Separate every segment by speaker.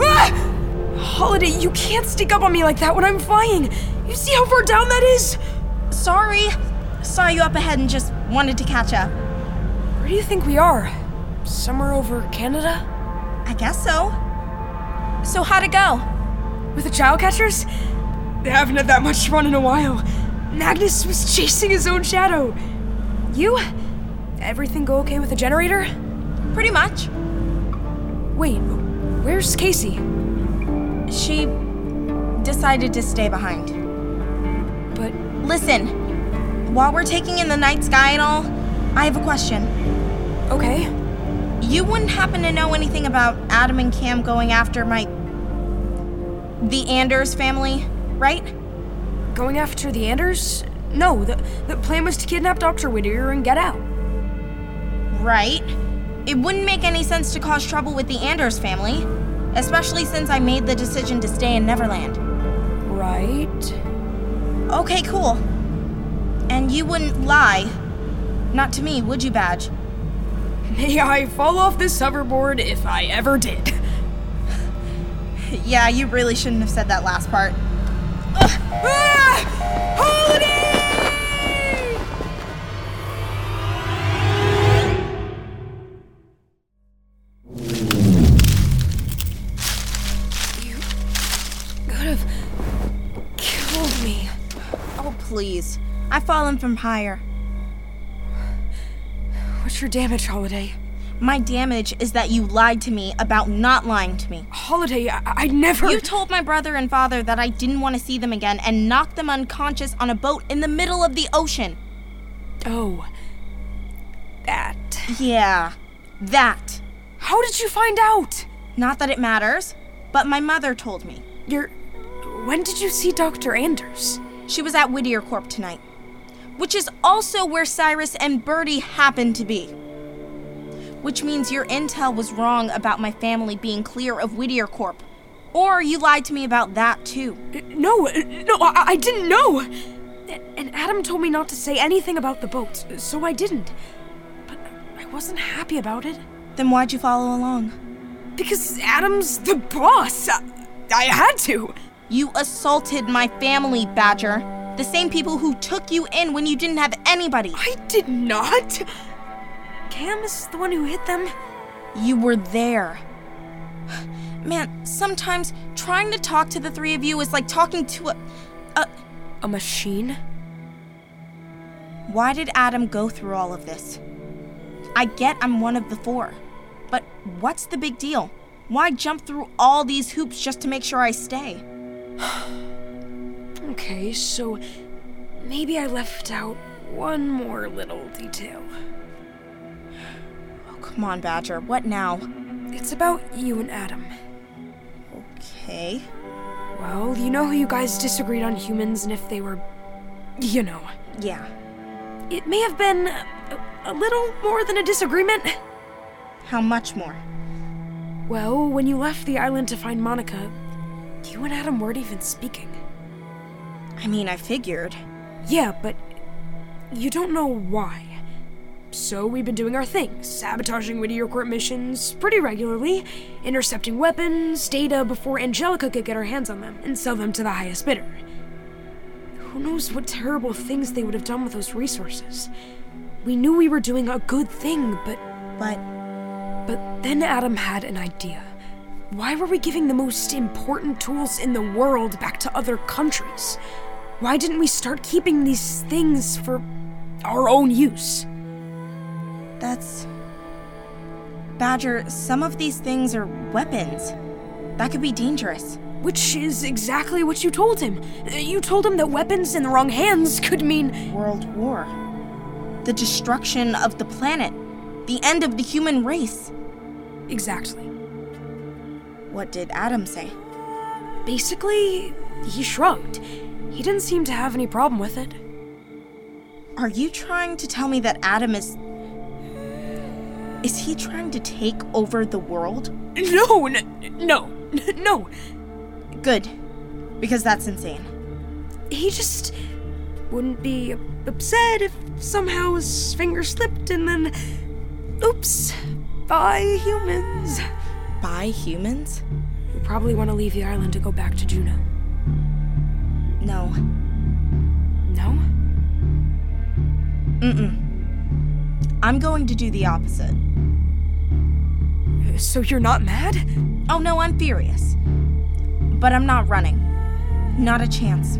Speaker 1: Ah! sneak up on me like that when I'm flying. You see how far down that is?
Speaker 2: Sorry. Saw you up ahead and just wanted to catch up.
Speaker 1: Where do you think we are? Somewhere over Canada?
Speaker 2: I guess so. So, how'd it go?
Speaker 1: With the child catchers? They haven't had that much fun in a while. Magnus was chasing his own shadow. You? Everything go okay with the generator?
Speaker 2: Pretty much.
Speaker 1: Wait, where's Casey?
Speaker 2: She decided to stay behind.
Speaker 1: But
Speaker 2: Listen, while we're taking in the night sky and all, I have a question.
Speaker 1: okay.
Speaker 2: You wouldn't happen to know anything about Adam and Cam going after my. the Anders family, right?
Speaker 1: Going after the Anders? No, the, the plan was to kidnap Dr. Whittier and get out.
Speaker 2: Right. It wouldn't make any sense to cause trouble with the Anders family, especially since I made the decision to stay in Neverland.
Speaker 1: Right?
Speaker 2: Okay, cool. And you wouldn't lie. Not to me, would you, Badge?
Speaker 1: May I fall off this hoverboard if I ever did.
Speaker 2: Yeah, you really shouldn't have said that last part.
Speaker 1: Ah! Holiday! You could have killed me.
Speaker 2: Oh, please. I've fallen from higher.
Speaker 1: What's your damage, Holiday?
Speaker 2: My damage is that you lied to me about not lying to me.
Speaker 1: Holiday, I, I never.
Speaker 2: You told my brother and father that I didn't want to see them again and knocked them unconscious on a boat in the middle of the ocean.
Speaker 1: oh. That.
Speaker 2: Yeah, that.
Speaker 1: How did you find out?
Speaker 2: Not that it matters, but my mother told me.
Speaker 1: Your. When did you see Dr. Anders?
Speaker 2: She was at Whittier Corp tonight, which is also where Cyrus and Bertie happened to be. Which means your intel was wrong about my family being clear of Whittier Corp. Or you lied to me about that too.
Speaker 1: No, uh, no, I, I didn't know. A- And Adam told me not to say anything about the boat, so I didn't. But I wasn't happy about it
Speaker 2: Then why'd you follow along?
Speaker 1: because Adam's the boss. I, I had to.
Speaker 2: You assaulted my family, Badger. The same people who took you in when you didn't have anybody.
Speaker 1: I did not. Cam is the one who hit them.
Speaker 2: You were there. Man, sometimes trying to talk to the three of you is like talking to a. a
Speaker 1: A machine?
Speaker 2: Why did Adam go through all of this? I get I'm one of the four, but what's the big deal? Why jump through all these hoops just to make sure I stay?
Speaker 1: Okay, so maybe I left out one more little detail.
Speaker 2: Oh, come on, Badger, what now?
Speaker 1: It's about you and Adam.
Speaker 2: Okay.
Speaker 1: Well, you know how you guys disagreed on humans and if they were. you know.
Speaker 2: Yeah.
Speaker 1: It may have been a, a little more than a disagreement.
Speaker 2: How much more?
Speaker 1: Well, when you left the island to find Monica, you and Adam weren't even speaking.
Speaker 2: I mean, I figured.
Speaker 1: Yeah, but you don't know why. So we've been doing our thing, sabotaging Whittier Court missions pretty regularly, intercepting weapons, data before Angelica could get her hands on them and sell them to the highest bidder. Who knows what terrible things they would have done with those resources? We knew we were doing a good thing, but
Speaker 2: But
Speaker 1: But then Adam had an idea. Why were we giving the most important tools in the world back to other countries? Why didn't we start keeping these things for our own use?
Speaker 2: that's. Badger, some of these things are weapons. That could be dangerous.
Speaker 1: Which is exactly what you told him. You told him that weapons in the wrong hands could mean.
Speaker 2: World War. The destruction of the planet. The end of the human race.
Speaker 1: Exactly.
Speaker 2: What did Adam say?
Speaker 1: Basically, he shrugged. He didn't seem to have any problem with it.
Speaker 2: Are you trying to tell me that Adam is. Is he trying to take over the world?
Speaker 1: No, n- no, no.
Speaker 2: Good. Because that's insane.
Speaker 1: he just wouldn't be upset if somehow his finger slipped and then oops by humans
Speaker 2: By humans?
Speaker 1: we probably want to leave the island to go back to juno
Speaker 2: I'm going to do the opposite.
Speaker 1: So you're not mad?
Speaker 2: Oh no, I'm furious. But I'm not running. Not a chance.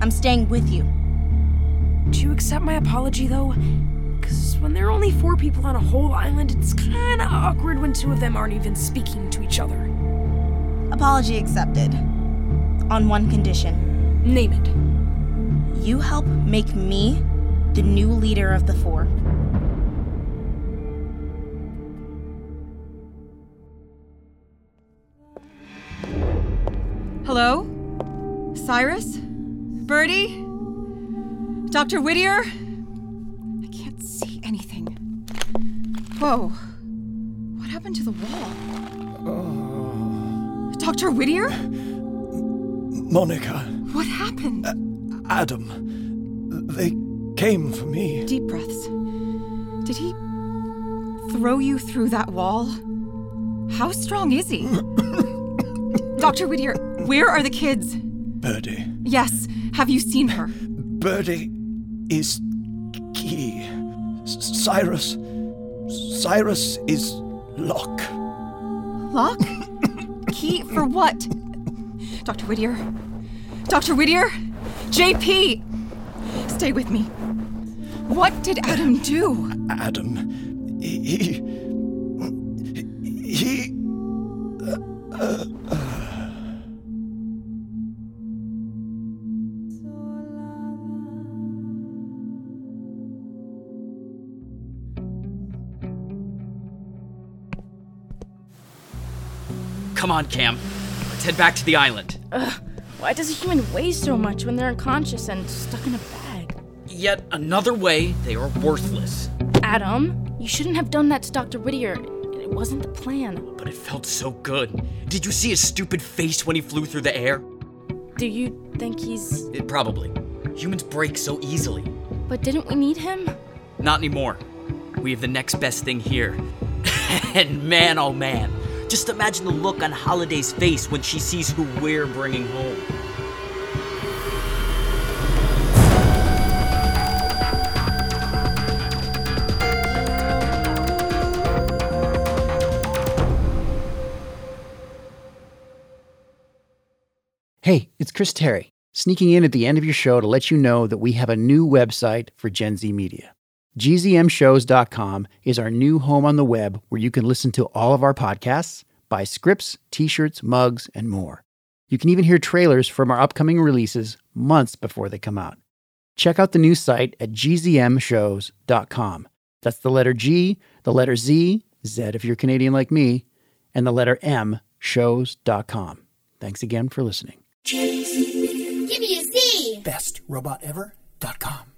Speaker 2: I'm staying with you.
Speaker 1: Do you accept my apology, though? Because when there are only four people on a whole island, it's kind of awkward when two of them aren't even speaking to each other.
Speaker 2: Apology accepted. On one condition
Speaker 1: Name it.
Speaker 2: you help make me the new leader of the four.
Speaker 3: Hello? Cyrus? Birdie? Dr. Whittier? I can't see anything. Whoa. What happened to the wall? Dr. Whittier?
Speaker 4: Monica,
Speaker 3: What happened?
Speaker 4: Adam, they came for me.
Speaker 3: Deep breaths. Did he throw you through that wall? How strong is he? Dr. Whittier, where are the kids?
Speaker 4: Birdie.
Speaker 3: Yes, have you seen her?
Speaker 4: Birdie is key. S- Cyrus. Cyrus is lock.
Speaker 3: Lock? Key for what? Dr. Whittier? Dr. Whittier? JP! Stay with me. What did Adam do?
Speaker 4: Adam. He. He. he
Speaker 5: Come on, Cam. Let's head back to the island.
Speaker 6: Why does a human weigh so much when they're unconscious and stuck in a bag?
Speaker 5: Yet another way they are worthless.
Speaker 6: Adam, you shouldn't have done that to Dr. Whittier. It wasn't the plan.
Speaker 5: But it felt so good. Did you see his stupid face when he flew through the air?
Speaker 6: Do you think he's.
Speaker 5: It probably. Humans break so easily.
Speaker 6: But didn't we need him?
Speaker 5: Not anymore. We have the next best thing here. and man, oh man. Just imagine the look on Holiday's face when she sees who we're bringing home.
Speaker 7: Hey, it's Chris Terry, sneaking in at the end of your show to let you know that we have a new website for Gen Z Media. GZMshows.com is our new home on the web where you can listen to all of our podcasts, buy scripts, t shirts, mugs, and more. You can even hear trailers from our upcoming releases months before they come out. Check out the new site at gzmshows.com. That's the letter G, the letter Z, Z if you're Canadian like me, and the letter M, shows.com. Thanks again for listening.
Speaker 8: Give me a Z.
Speaker 4: bestrobotever.com.